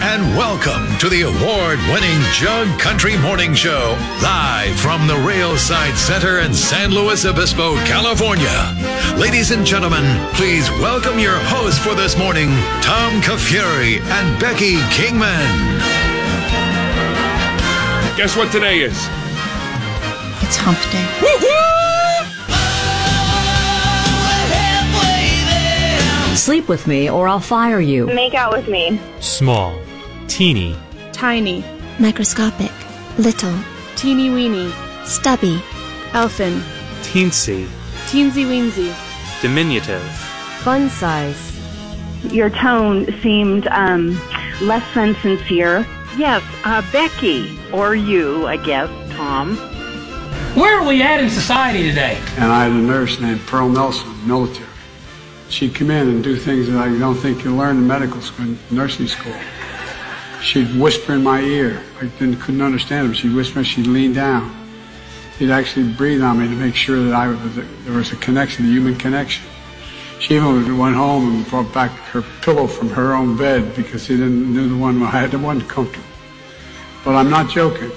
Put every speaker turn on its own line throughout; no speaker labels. and welcome to the award winning Jug Country Morning Show, live from the Railside Center in San Luis Obispo, California. Ladies and gentlemen, please welcome your hosts for this morning, Tom Kafuri and Becky Kingman.
Guess what today is?
It's hump day.
Sleep with me or I'll fire you.
Make out with me.
small, teeny,
Tiny,
microscopic, little,
teeny weeny,
stubby,
elfin,
teensy,
teensy weensy,
diminutive,
Fun size.
Your tone seemed um, less than sincere.
Yes, uh, Becky, or you, I guess, Tom.
Where are we at in society today?
and I had a nurse named Pearl Nelson, military. She'd come in and do things that I don't think you learn in medical school, nursing school. She'd whisper in my ear. I didn't, couldn't understand her. She'd whisper. She'd lean down. She'd actually breathe on me to make sure that I was, that there was a connection, a human connection. She even went home and brought back her pillow from her own bed because she didn't knew the one I had the one comfortable. But I'm not joking.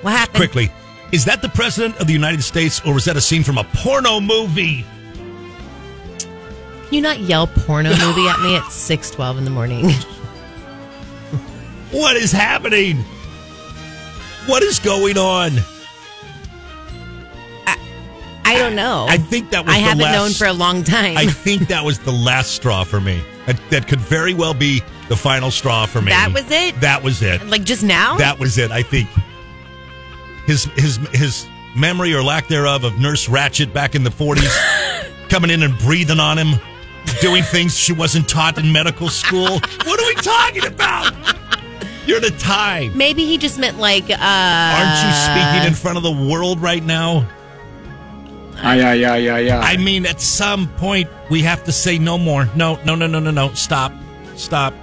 What happened? Quickly. Is that the president of the United States or is that a scene from a porno movie?
Can you not yell porno movie at me at 6.12 in the morning?
What is happening? What is going on?
I don't know.
I think that was
I
the
haven't
last-
known for a long time.
I think that was the last straw for me. That, that could very well be the final straw for me.
That was it?
That was it.
like just now?
That was it, I think. His his his memory or lack thereof of Nurse Ratchet back in the 40s coming in and breathing on him, doing things she wasn't taught in medical school. What are we talking about? You're the time.
Maybe he just meant like, uh,
Aren't you speaking in front of the world right now?
Aye, aye, aye, aye, aye.
I mean, at some point we have to say no more. No, no, no, no, no, no. Stop. Stop.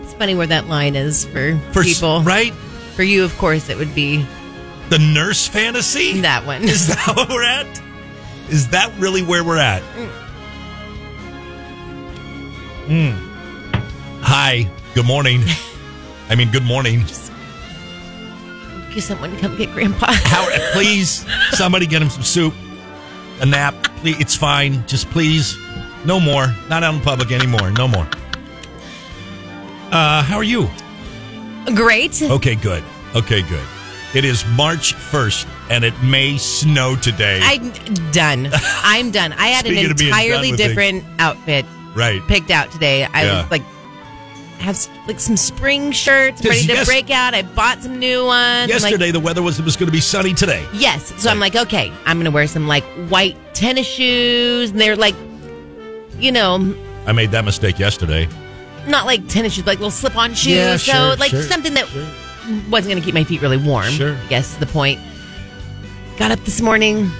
it's funny where that line is for,
For s-
people.
right?
For you, of course, it would be
The nurse fantasy?
that one.
Is that where we're at? Is that really where we're at? Mm. Hmm. Hi. Good morning. I mean, good morning.
Can someone come get grandpa?
Howard, please, somebody get him some soup, a nap. Please, it's fine. Just please, no more. Not out in public anymore. No more. Uh, how are you?
Great.
Okay, good. Okay, good. It is March 1st, and it may snow today.
I'm done. I'm done. I had
Speaking
an
of being done
entirely
with things.
different outfit
right.
picked out today. I
Yeah.
was like, have s- like some spring shirts
Yes,
ready to
yes.
break out. I bought some new ones. I'm like,
Yesterday, the weather was it was going to be sunny today.
Yes. So I'm like, okay, I'm going to wear some like white tennis shoes. And they're like, you know,
I made that mistake yesterday.
not like tennis shoes, but like little slip on shoes.
Yeah,
so
sure,
like
sure,
something that wasn't going to keep my feet really warm.
Sure.
I guess is the point. Got up this morning.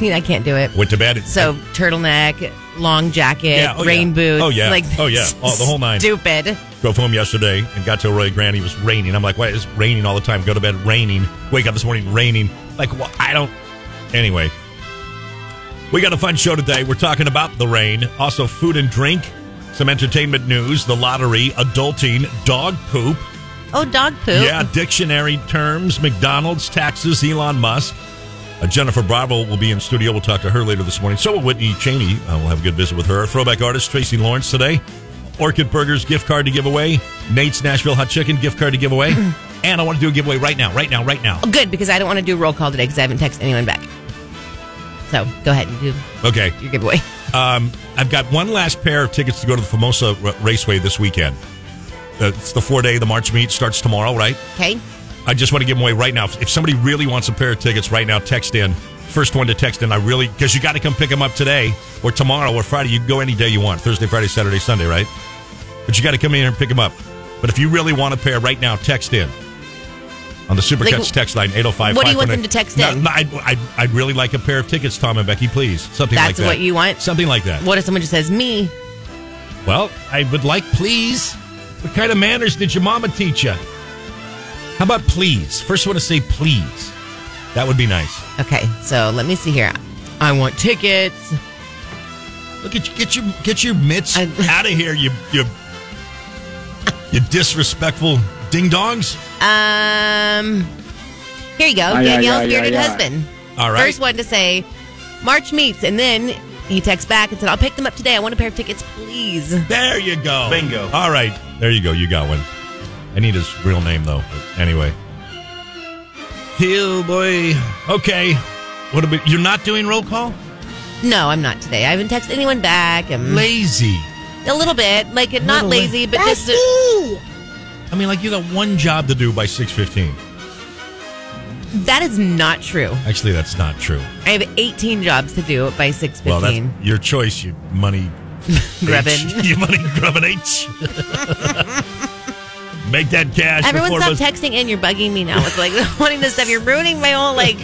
You know, I can't do it.
Went to bed. At,
So turtleneck, long jacket,
Yeah, oh, yeah.
rain boots.
Oh, yeah.
Like,
Oh, yeah. Oh, the whole nine.
Stupid.
drove home yesterday and got to Roy Granny. It was raining. I'm like, why is it raining all the time? Go to bed raining. Wake up this morning raining. Like, well, I don't. Anyway, we got a fun show today. We're talking about the rain, also food and drink, some entertainment news, the lottery, adulting, dog poop.
Oh, dog poop.
Yeah, dictionary terms, McDonald's, taxes, Elon Musk. Uh, Jennifer Bravo will be in studio. We'll talk to her later this morning. So will Whitney Cheney. Uh, we'll have a good visit with her. Throwback artist Tracy Lawrence today. Orchid Burgers gift card to give away. Nate's Nashville Hot Chicken gift card to give away. and I want to do a giveaway right now, right now, right now.
Oh, good because I don't want to do roll call today because I haven't texted anyone back. So go ahead and do
Okay.
your giveaway.
Um, I've got one last pair of tickets to go to the Formosa R- Raceway this weekend. Uh, it's the four day, the March meet starts tomorrow, right?
Okay.
I just want to give them away right now. If somebody really wants a pair of tickets right now, text in. First one to text in, I really, because you got to come pick them up today or tomorrow or Friday. You can go any day you want Thursday, Friday, Saturday, Sunday, right? But you got to come in here and pick them up. But if you really want a pair right now, text in. on the Supercuts
Like,
text line, 805
what do you want them to text in?
No, I'd, I'd, I'd really like a pair of tickets, Tom and Becky, please. Something like
That's
that.
what you want?
Something like that.
What if someone just says me?
Well, I would like please. What kind of manners did your mama teach you? How about please? First one to say please. That would be nice.
Okay, so let me see here. I want tickets.
Look at you, get your get your mitts out of here, you you you disrespectful ding dongs.
Um, here you go.
Aye, aye,
Danielle's
aye,
bearded
aye, aye.
husband.
All right.
First one to say March meets, and then he texts back and said, "I'll pick them up today. I want a pair of tickets, please."
There you go. Bingo. All right, there you go. You got one. I need his real name though. But anyway, Hill boy. Okay, what about you're not doing roll call?
No, I'm not today. I haven't texted anyone back. I'm
Lazy.
a little bit, like not
Little
lazy, but just
I mean, like you got one job to do by six fifteen.
that is not true.
Actually, that's not true.
I have 18 jobs to do by 6:15.
Well, that's your choice. You money
Grubbin.
H. You money grubbin H. Make that cash.
Everyone
before
stop
it was-
texting and you're bugging me now with like wanting this stuff. You're ruining my whole like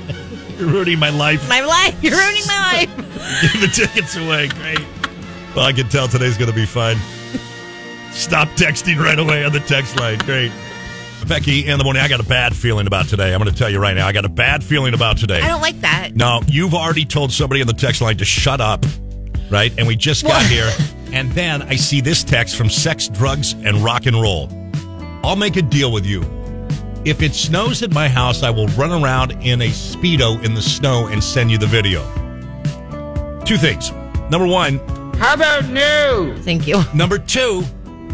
You're ruining my life.
my life. You're ruining my life.
Give the tickets away. Great. Well, I can tell today's going to be fun. Stop texting right away on the text line. Great. Becky, in the morning, I got a bad feeling about today. I'm going to tell you right now. I got a bad feeling about today.
I don't like that.
No, you've already told somebody on the text line to shut up, right? And we just got here, and then I see this text from Sex, Drugs, and Rock and Roll. I'll make a deal with you. If it snows at my house, I will run around in a Speedo in the snow and send you the video. Two things. Number one,
How about new?
Thank you.
number two,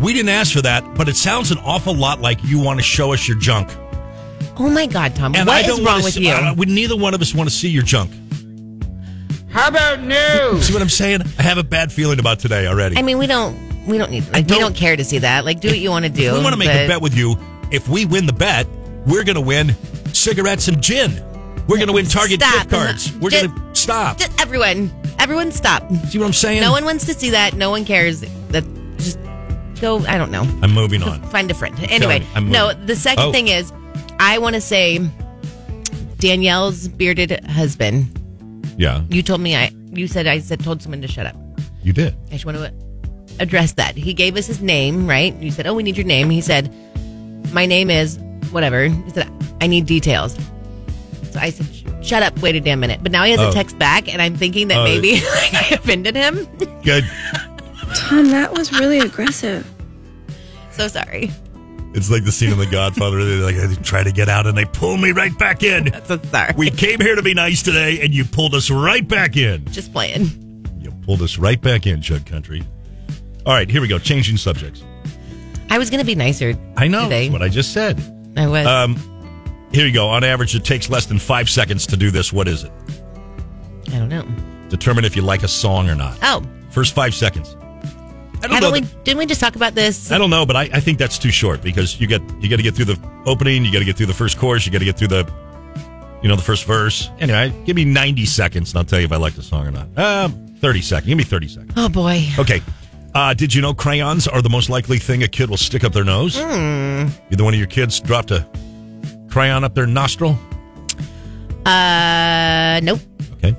we didn't ask for that, but it sounds an awful lot like you want to show us your junk.
Oh my God, Tom,
And I
what
don't
is
wanna
wrong with
see-
you?
I- we, neither one of us want to see your junk.
How about new?
See what I'm saying? I have a bad feeling about today already.
I mean, we don't, we don't need, like, we don't care to see that. Like, do what you want to do.
If we want to make a
but-
bet with you. If we win the bet, we're going to win cigarettes and gin. We're going to win Target
Stop.
gift cards. We're
Just-
going to stop.
Just everyone, everyone, stop.
See what I'm saying?
No one wants to see that. No one cares. That just go. I don't know.
I'm moving on.
Find a friend. Anyway,
you, I'm
no.
moving.
The second
Oh.
thing is, I want to say Danielle's bearded husband.
Yeah,
You told me I. You said I said told someone to shut up.
you did.
I just want to address that. He gave us his name, right? You said, "Oh, we need your name." He said, "My name is whatever." He said, "I need details." So I said, "Sh- "Shut up! Wait a damn minute." But now he has
Oh.
a text back, and I'm thinking that
Oh.
maybe I offended him.
Good.
Tom, that was really aggressive.
So sorry.
It's like the scene in The Godfather. They like I try to get out, and they pull me right back in.
So sorry.
We came here to be nice today, and you pulled us right back in.
just playing.
You pulled us right back in, Chug Country. All right, here we go. Changing subjects.
I was gonna be nicer.
I know
Today.
that's what I just said.
I was.
Um, here you go. On average, it takes less than five seconds to do this. What is it?
I don't know.
determine if you like a song or not.
Oh,
First five seconds. I don't know.
haven't we?
that-
Didn't we just talk about this?
I don't know, but I, I think that's too short because you got you got to get through the opening, you got to get through the first chorus, you got to get through the, you know, the first verse. Anyway, give me ninety seconds, and I'll tell you if I like the song or not. Um, thirty seconds. Give me thirty seconds.
Oh boy.
Okay. Uh, did you know crayons are the most likely thing a kid will stick up their nose? Either one of your kids dropped a crayon up their nostril.
Uh, nope.
Okay.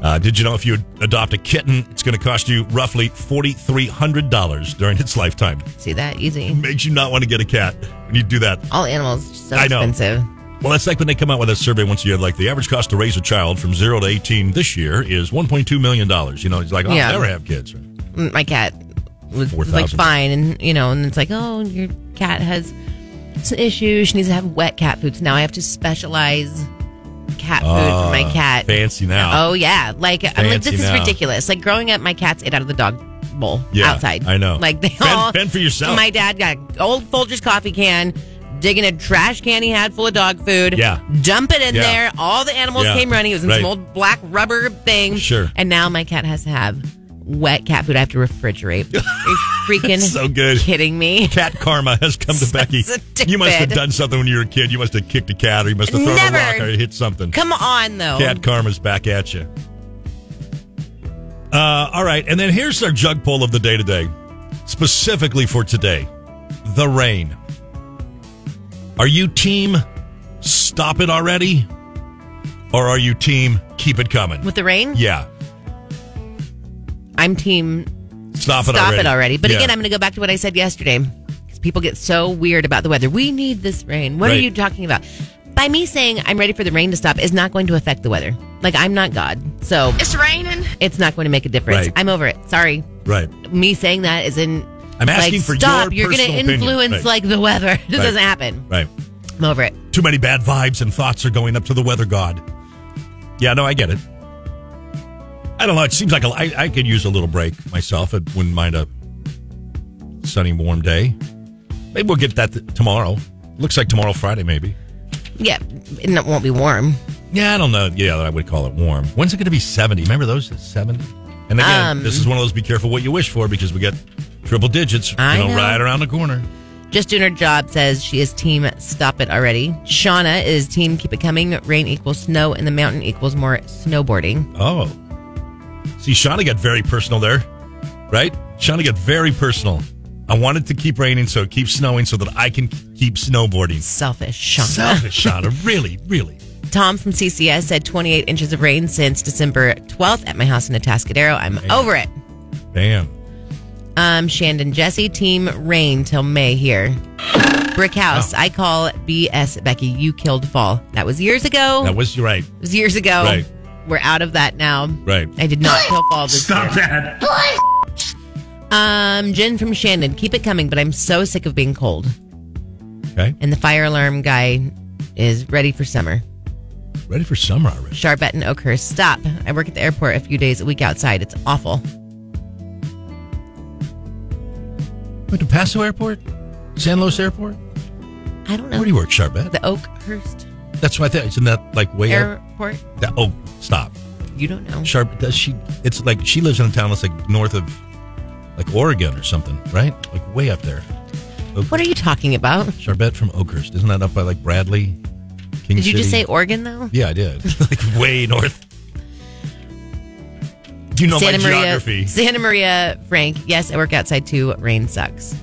Uh, did you know if you adopt a kitten, it's going to cost you roughly $4,300 during its lifetime?
See that easy.
Makes you not want to get a cat when you do that.
All animals are so
I know.
expensive.
Well, that's like when they come out with a survey once a year. Like the average cost to raise a child from zero to 18 this year is $1.2 million. You know, it's like, I'll
Yeah.
never have kids. right?
Mm, My cat was, was like
4,000.
fine, and you know, and it's like, oh, your cat has some issues. She needs to have wet cat food. So now I have to specialize cat food for my
Ah,
cat.
Fancy now.
Oh yeah, like I'm like
Fancy
this is
now.
ridiculous. Like growing up, my cats ate out of the dog bowl
Yeah,
outside.
I know.
Like they
Fend-
all
fend for yourself.
My dad got an old Folgers coffee can, digging a trash can he had full of dog food.
Yeah.
dump it in
Yeah.
there. All the animals
Yeah,
came running. It was in
right.
some old black rubber thing.
Sure.
And now my cat has to have wet cat food. I have to refrigerate. Are you freaking
So good.
Kidding me?
Cat karma has come to
So
Becky. You must have
stupid.
done something when you were a kid. You must have kicked a cat, or you must have thrown
Never.
a rock, or hit something.
Come on though.
Cat Karma's back at you. Uh, all right, and then here's our jug poll of the day today, specifically for today: the rain. Are you team stop it already? Or are you team keep it coming?
With the rain?
yeah.
I'm team
Stop it
stop
already.
it already. But
Yeah.
again, I'm going to go back to what I said yesterday because people get so weird about the weather. We need this rain. What are
Right.
you talking about? By me saying I'm ready for the rain to stop is not going to affect the weather. Like I'm not God, so
It's raining.
it's not going to make a difference.
Right.
I'm over it. Sorry,
Right.
me saying that is in.
I'm asking
like,
for
stop.
your
You're
personal
going to
opinion.
influence
Right.
like the weather. It
Right.
doesn't happen.
Right.
I'm over it.
Too many bad vibes and thoughts are going up to the weather god. Yeah, no, I get it. I don't know. It seems like a, I, I could use a little break myself. I wouldn't mind a sunny, warm day. Maybe we'll get that th- tomorrow. Looks like tomorrow, Friday, maybe.
Yeah, and it won't be warm.
Yeah, I don't know. Yeah, I would call it warm. When's it going to be 70? Remember those? 70? And again,
Um,
this is one of those be careful what you wish for because we get triple digits,
I
you know,
know.
right around the corner.
Just doing her job says she is team stop it already. Shauna is team keep it coming. Rain equals snow, and the mountain equals more snowboarding.
Oh. See, Shauna got very personal there, right? Shauna got very personal. I want it to keep raining so it keeps snowing so that I can keep snowboarding.
Selfish Shauna.
Selfish, Shauna. Really, really.
Tom from CCS said 28 inches of rain since December 12th at my house in Atascadero. I'm over it.
Damn.
Um, Shandon Jesse, team rain till May here. Brick House, I call BS Becky. You killed fall. That was years ago.
That was you're right.
it was years ago.
Right.
We're out of that now.
Right.
I did not kill fall this year.
that.
Um, Jen from Shandon, keep it coming, but I'm so sick of being cold.
Okay.
And the fire alarm guy is ready for summer.
Ready for summer already.
Charbet and Oakhurst, stop. I work at the airport a few days a week outside. It's awful.
Went to Paso Airport? San Luis Airport?
I don't know.
Where do you work, Charbet?
The Oakhurst
That's what I thought. Isn't that like way up?
Airport.
That, oh, stop.
You don't know.
Sharp does she it's like she lives in a town that's like north of like Oregon or something, right? Like way up there. Oak-
What are you talking about?
Charbet from Oakhurst. Isn't that up by like Bradley? King
Did you just
City?
say Oregon though?
Yeah, I did. like way north. You know my
Maria,
geography.
Santa Maria, Frank. Yes, I work outside too. Rain sucks.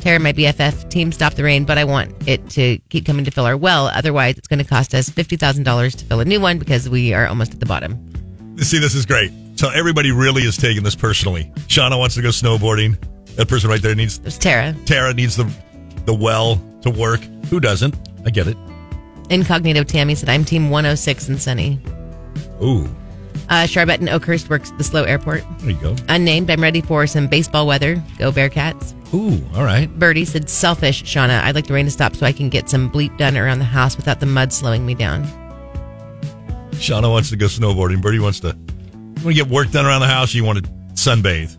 Tara, my BFF team, stop the rain, but I want it to keep coming to fill our well. Otherwise, it's going to cost us fifty thousand dollars to fill a new one because we are almost at the bottom.
See, this is great. So everybody really is taking this personally. Shauna wants to go snowboarding. That person right there needs
There's Tara,
Tara needs the the well to work. Who doesn't? I get it.
incognito. Tammy said, "I'm team 106 and sunny."
Ooh.
Uh, Charbet and Oakhurst works at the slow airport.
There you go.
Unnamed. I'm ready for some baseball weather. Go Bearcats.
Ooh, all right.
Birdie said, selfish, Shauna. I'd like the rain to stop so I can get some bleep done around the house without the mud slowing me down.
Shauna wants to go snowboarding. Birdie wants to. You want to get work done around the house. You want to sunbathe.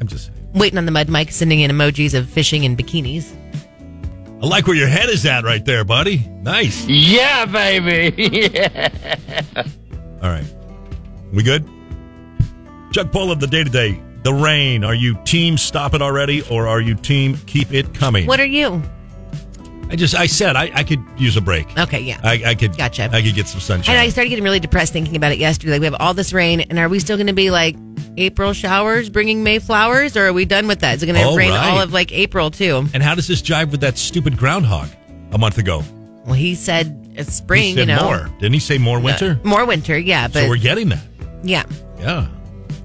I'm just. saying.
Waiting on the mud mic, sending in emojis of fishing in bikinis.
I like where your head is at right there, buddy. Nice.
Yeah, baby.
All right. We good? Chuck Pull of the day to day. The rain. Are you team stop it already, or are you team keep it coming?
What are you?
I just. I said I, I could use a break.
Okay, yeah.
I, I could.
Oh. Gotcha.
I could get some sunshine.
and I started getting really depressed thinking about it yesterday. Like, we have all this rain, and are we still going to be like April showers bringing May flowers, or are we done with that? Is it going to
Oh,
rain
right.
all of like April, too?
and how does this jive with that stupid groundhog a month ago?
Well, he said it's spring,
he said
you know.
more. Didn't he say more winter?
Uh, more winter, yeah. But
so we're getting that.
yeah.
Yeah.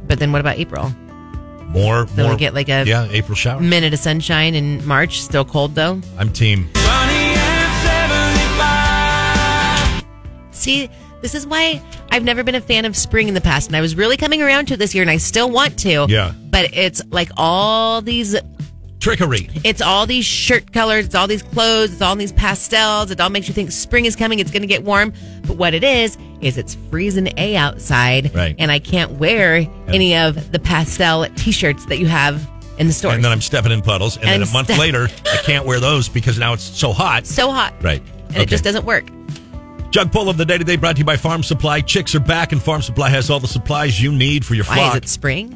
But then what about April?
More.
Then we
more
get like a-
yeah April shower.
Minute of sunshine in March, still cold though.
I'm team.
See, this is why I've never been a fan of spring in the past, and I was really coming around to it this year, and I still want to.
Yeah.
But it's like all these,
Trickery.
it's all these shirt colors, it's all these clothes, it's all these pastels. It all makes you think spring is coming, it's going to get warm. But what it is, is it's freezing A outside,
Right.
and I can't wear any of the pastel t shirts that you have in the store.
And then I'm stepping in puddles. And,
And
then a month
step-
later, I can't wear those because now it's so hot.
so hot.
Right.
And
Okay.
it just doesn't work.
Jug pull of the day today brought to you by Farm Supply. Chicks are back, and Farm Supply has all the supplies you need for your
Why is
flock.
it spring?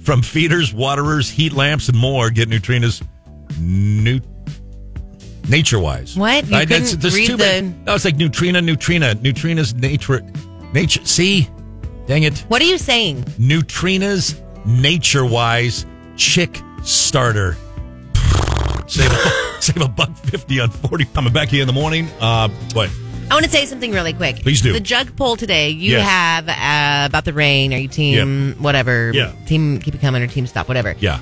From feeders, waterers, heat lamps, and more. Get Neutrina's new. Nature wise,
What? You couldn't read the-
No, it's like Neutrina, Neutrina, Neutrina's nature, nature. See, dang it,
What are you saying?
Neutrina's Nature Wise Chick Starter. save, a, save a buck fifty on forty. Coming back here in the morning. Uh, what?
I want to say something really quick.
Please do.
The jug poll today you
Yes.
have uh, about the rain. Are you team whatever?
Yeah.
Team keep it coming or team stop, whatever.
Yeah.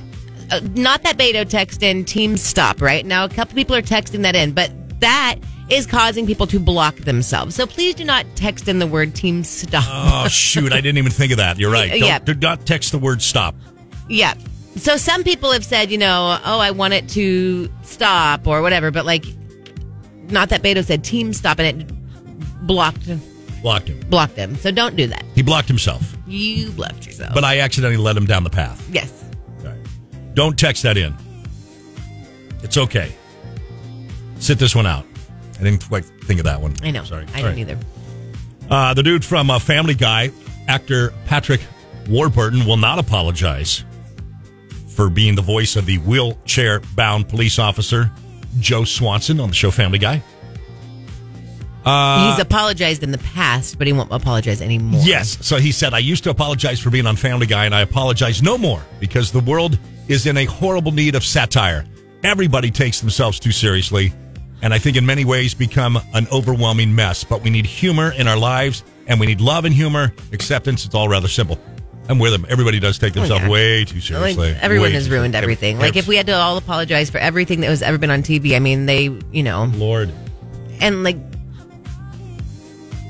Uh, not that Beto text in team stop, right? Now, a couple people are texting that in, but that is causing people to block themselves. So please do not text in the word team stop.
Oh shoot! I didn't even think of that. You're right. Don't,
Yeah.
do not text the word stop.
Yeah. So some people have said, you know, oh, I want it to stop or whatever, but like, not that Beto said team stop and it blocked
Blocked him.
blocked them. So don't do that.
He blocked himself,
You blocked yourself.
but I accidentally led him down the path.
yes.
Don't text that in. It's okay. Sit this one out. I didn't quite think of that one.
I know.
Sorry.
I
All
didn't
right.
either.
Uh, the dude from uh, Family Guy, actor Patrick Warburton, will not apologize for being the voice of the wheelchair bound police officer, Joe Swanson, on the show Family Guy. Uh,
He's apologized in the past, but he won't apologize anymore.
Yes. So he said, I used to apologize for being on Family Guy, and I apologize no more because the world is in a horrible need of satire. Everybody takes themselves too seriously, and I think in many ways become an overwhelming mess. But we need humor in our lives, and we need love and humor, acceptance. It's all rather simple. I'm with him. Everybody does take themselves
Oh, yeah.
way too
Like,
seriously.
everyone
Way
has
too
ruined
seriously.
everything. Like, if we had to all apologize for everything that was ever been on TV, I mean, they, you know,
Lord.
and like,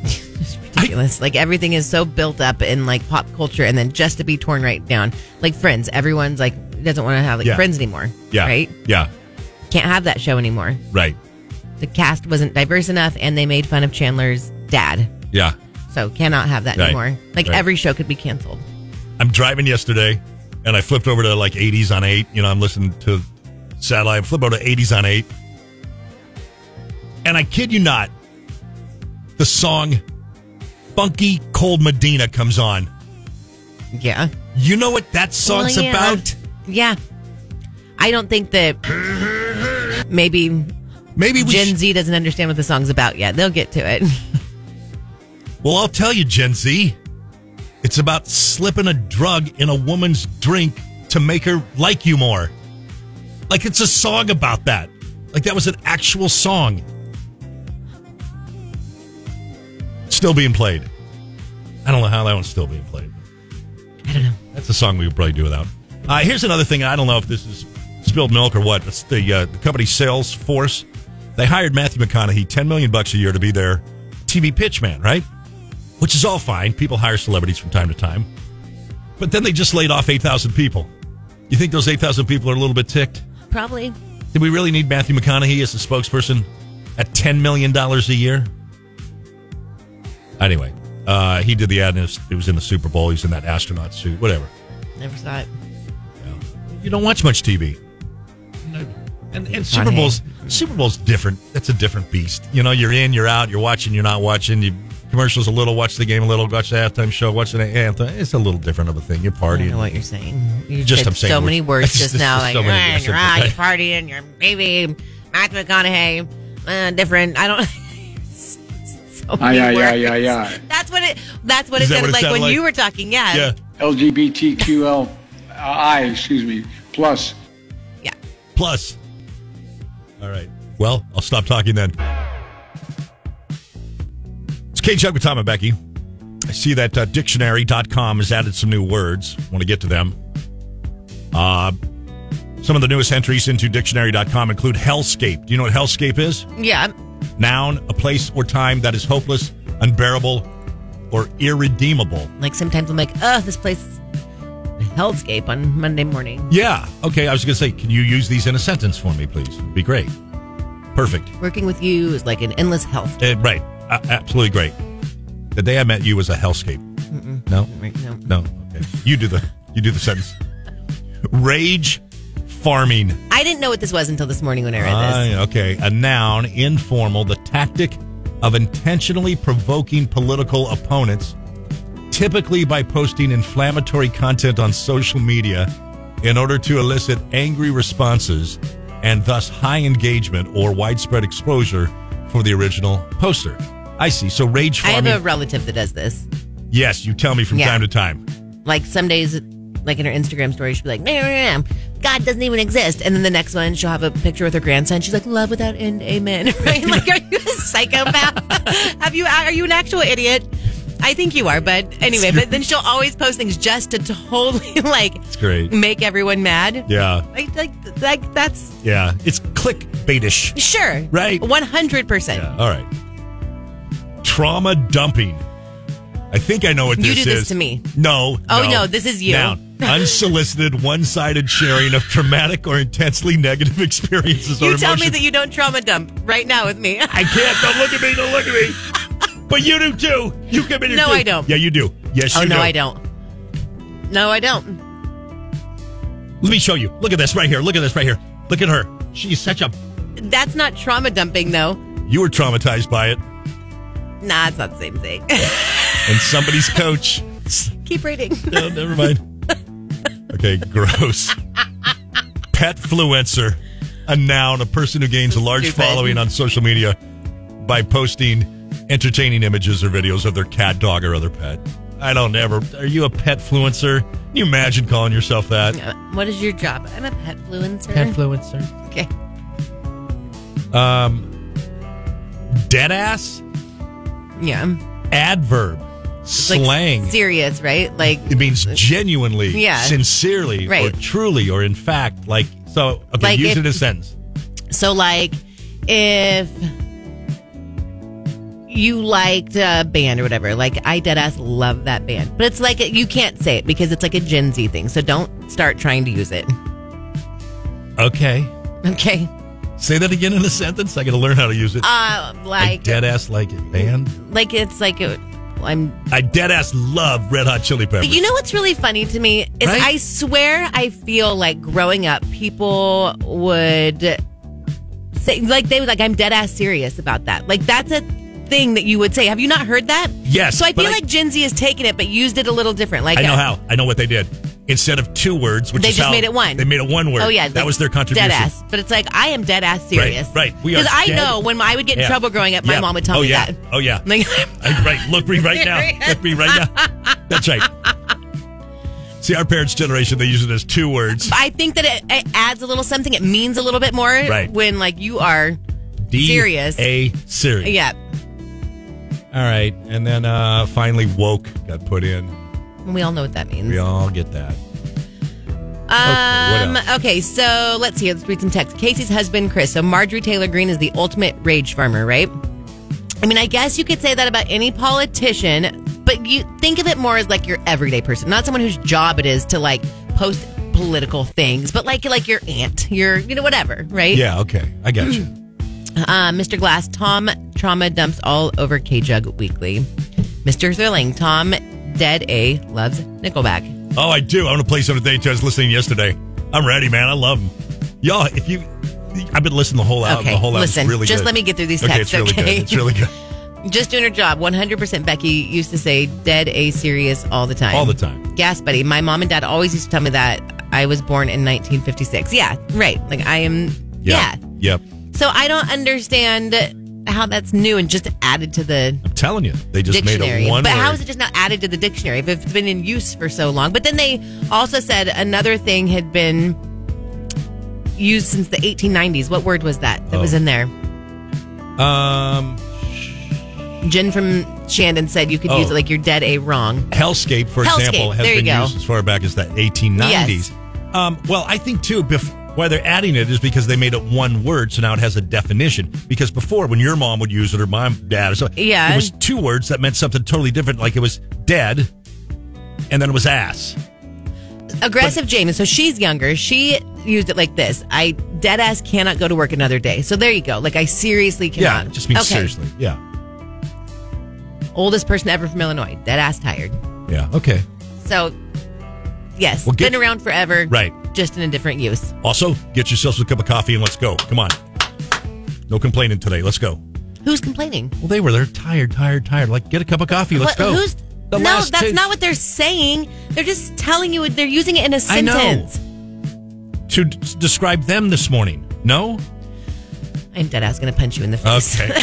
it's ridiculous. like, everything is so built up in like pop culture and then just to be torn right down. Like, friends, everyone's like, doesn't want to have like
Yeah.
friends anymore.
Yeah.
Right?
Yeah.
Can't have that show anymore.
Right.
The cast wasn't diverse enough and they made fun of Chandler's dad.
Yeah.
So, cannot have that
Right.
anymore. Like,
Right.
every show could be canceled.
I'm driving yesterday, and I flipped over to like 80s on eight. You know, I'm listening to satellite. I flip over to 80s on eight, and I kid you not, the song "Funky Cold Medina" comes on.
Yeah.
You know what that song's
Well, yeah.
about?
Yeah. I don't think that maybe
Maybe we.
Gen
sh-
Z doesn't understand what the song's about yet. They'll get to it.
well, I'll tell you, Gen Z. It's about slipping a drug in a woman's drink to make her like you more. Like it's a song about that. Like that was an actual song. Still being played. I don't know how that one's still being played.
I don't know.
That's a song we would probably do without. Uh, here's another thing. I don't know if this is spilled milk or what. It's the uh, the company Salesforce. They hired Matthew McConaughey ten million bucks a year to be their TV pitch man, right? Which is all fine. People hire celebrities from time to time, but then they just laid off eight thousand people. You think those eight thousand people are a little bit ticked?
Probably.
Do we really need Matthew McConaughey as a spokesperson at $10 million a year? Anyway, uh, he did the ad and it was, it was in the Super Bowl. He's in that astronaut suit, whatever.
Never saw it.
You don't watch much TV. And, and Super
funny.
Bowl's Super Bowl's different. That's a different beast. You know, you're in, you're out, you're watching, you're not watching. You commercials a little, watch the game a little, watch the halftime show, watch the anthem. It's a little different of a thing. You're
I don't know
partying.
what you're saying. You
Just
said
I'm saying
so
words.
many words
It's
just
just-
now.
just
Like,
so many
"Ah,
words.
you're out, you're partying, you're baby, Matthew McConaughey, uh, different. I don't. so many
Aye, aye, aye,
words.
aye, aye.
That's what it. That's what
Is
it
that what
sounded
it
like
sounded
when
like?
you were talking. Yeah.
Yeah.
LGBTQLI, excuse me, plus.
Yeah.
Plus. All right. Well, I'll stop talking then. It's Kate Chuck with Tom and Becky. I see that uh, dictionary.com has added some new words. want to get to them. Uh, some of the newest entries into dictionary.com include hellscape. Do you know what hellscape is?
Yeah.
Noun, a place or time that is hopeless, unbearable, or irredeemable.
Like sometimes I'm like, oh, this place is a hellscape on Monday morning.
Yeah. Okay. I was going to say, can you use these in a sentence for me, please? It'd be great. Perfect.
Working with you is like an endless hellscape.
Eh, right. A- absolutely great. The day I met you was a hellscape. No,
Right? No.
no. Okay. You do the you do the sentence. Rage farming.
I didn't know what this was until this morning when I read this.
Ah, okay, a noun, informal, the tactic of intentionally provoking political opponents, typically by posting inflammatory content on social media in order to elicit angry responses and thus high engagement or widespread exposure for the original poster. I see. So rage
I have
farming.
a relative that does this.
yes, you tell me from
Yeah.
time to time.
Like some days like in her Instagram story, she'll be like, "Nah, nah, nah, God doesn't even exist. And then the next one, she'll have a picture with her grandson. She's like, love without end, amen. Right? Like, are you a psychopath? have you, are you an actual idiot? I think you are, but anyway, but then she'll always post things just to totally like
It's great.
make everyone mad.
Yeah.
Like, like, like that's
Yeah. It's clickbaitish.
sure.
Right.
100%.
Yeah. All right. Trauma dumping. I think I know what this
You
is.
do this to me.
No.
Oh, no, this is you.
Noun. Unsolicited, one-sided sharing of traumatic or intensely negative experiences or
You tell
emotions.
me that you don't trauma dump right now with me.
I can't. Don't look at me. Don't look at me. But you do too. You come in here
No,
too.
I don't.
Yeah, you do. Yes,
oh,
you
no,
do.
I don't. No, I don't.
Let me show you. Look at this right here. Look at this right here. Look at her. She's such a.
That's not trauma dumping, though.
You were traumatized by it,
Nah, it's not the same thing.
and somebody's coach.
Keep reading.
No, never mind. Okay, gross. Petfluencer, a noun, a person who gains a large
Stupid.
following on social media by posting entertaining images or videos of their cat, dog, or other pet. I don't ever. Are you a petfluencer? Can you imagine calling yourself that?
Uh, what is your job? I'm a pet fluencer.
Influencer.
okay.
Um, dead ass
Yeah.
adverb,
Like,
slang.
serious, right? Like,
it means genuinely,
Yeah.
sincerely,
Right.
or truly, or in fact. Like so. Okay,
Like
use
if-
it in a sentence.
so, like, if you liked a band or whatever, like, I dead ass love that band. But it's like, you can't say it because it's like a Gen Z thing. So don't start trying to use it.
Okay.
Okay.
Say that again in a sentence. I got to learn how to use it.
Uh,
I
like,
dead ass like it, man.
like it's like, a, I'm
I dead ass love Red Hot Chili Peppers.
But you know what's really funny to me is
Right?
I swear I feel like growing up, people would say like they would like I'm dead ass serious about that. Like that's a thing that you would say. Have you not heard that?
Yes,
So I
but
feel
I-
like Gen Z has taken it but used it a little different. Like
I know
uh,
how. I know what they did. Instead of two words, which
They
is
just
how-
made it one.
They made it one word.
Oh yeah,
that was their contribution.
Dead ass, but it's like I am dead ass serious.
Right, right. We are
Because I
dead-
know when I would get in
Yeah.
trouble growing up, my
Yeah.
mom would tell
oh,
me
yeah.
that.
Oh yeah.
Like,
I- right. Look me right now. Look me right now. That's right. See, our parents' generation, they use it as two words.
I think that it, it adds a little something. It means a little bit more
Right.
when like you are.
D
Serious.
A serious.
Yeah.
All right, and then uh finally woke got put in.
We all know what that means.
We all get that.
Um.
what
Okay,
else?
so let's see. Let's read some text. Casey's husband, Chris. So Marjorie Taylor Greene is the ultimate rage farmer, right? I mean, I guess you could say that about any politician, but you think of it more as like your everyday person, not someone whose job it is to like post political things, but like like your aunt, your you know whatever, right?
Yeah, okay, I got you.
Uh, Mr. Glass, Tom trauma dumps all over K Jug Weekly. Mr. Thrilling, Tom Dead A loves Nickelback.
Oh, I do. I want to play some today too. I was listening yesterday. I'm ready, man. I love them. Y'all, if you, I've been listening the whole album.
Okay,
the whole album's
listen,
really
just
good.
let me get through these
okay,
texts,
It's really
okay?
good. It's really good
Just doing her job. 100% Becky used to say dead A serious all the time.
all the time.
Gas buddy. My mom and dad always used to tell me that I was born in 1956. Yeah, right. Like I am. Yeah.
Yep.
So I don't understand how that's new and just added to the
I'm telling you, they just made
dictionary.
a one.
But
word.
how is it just not added to the dictionary if it's been in use for so long? But then they also said another thing had been used since the 1890s. What word was that that was
Oh.
in there?
Um,
Jen from Shandon said you could
Oh.
use it like you're dead A wrong.
Hellscape, for
Hellscape,
example, has
there you
been
go.
used as far back as the 1890s. Um, well, I think too, bef- why they're adding it is because they made it one word, so now it has a definition. Because before, when your mom would use it or my dad or something,
Yeah.
it was two words that meant something totally different. Like it was dead, and then it was ass.
aggressive James. So she's younger. She used it like this: I dead ass cannot go to work another day. So there you go. Like I seriously
Yeah,
cannot.
it just means
okay.
seriously. Yeah,
Oldest person ever from Illinois. Dead ass tired.
yeah. Okay.
So yes,
Well, get-
been around forever.
Right.
Just in a different use.
Also, get yourselves a cup of coffee and let's go. Come on. No complaining today. Let's go.
Who's complaining?
Well, they were there, tired, tired, tired. Like, get a cup of coffee. Let's
What-
go.
Who's?
The
no,
last
that's
two-
not what they're saying. They're just telling you. They're using it in a
I know.
sentence.
to d- describe them this morning. No?
I'm dead ass going to punch you in the face.
Okay.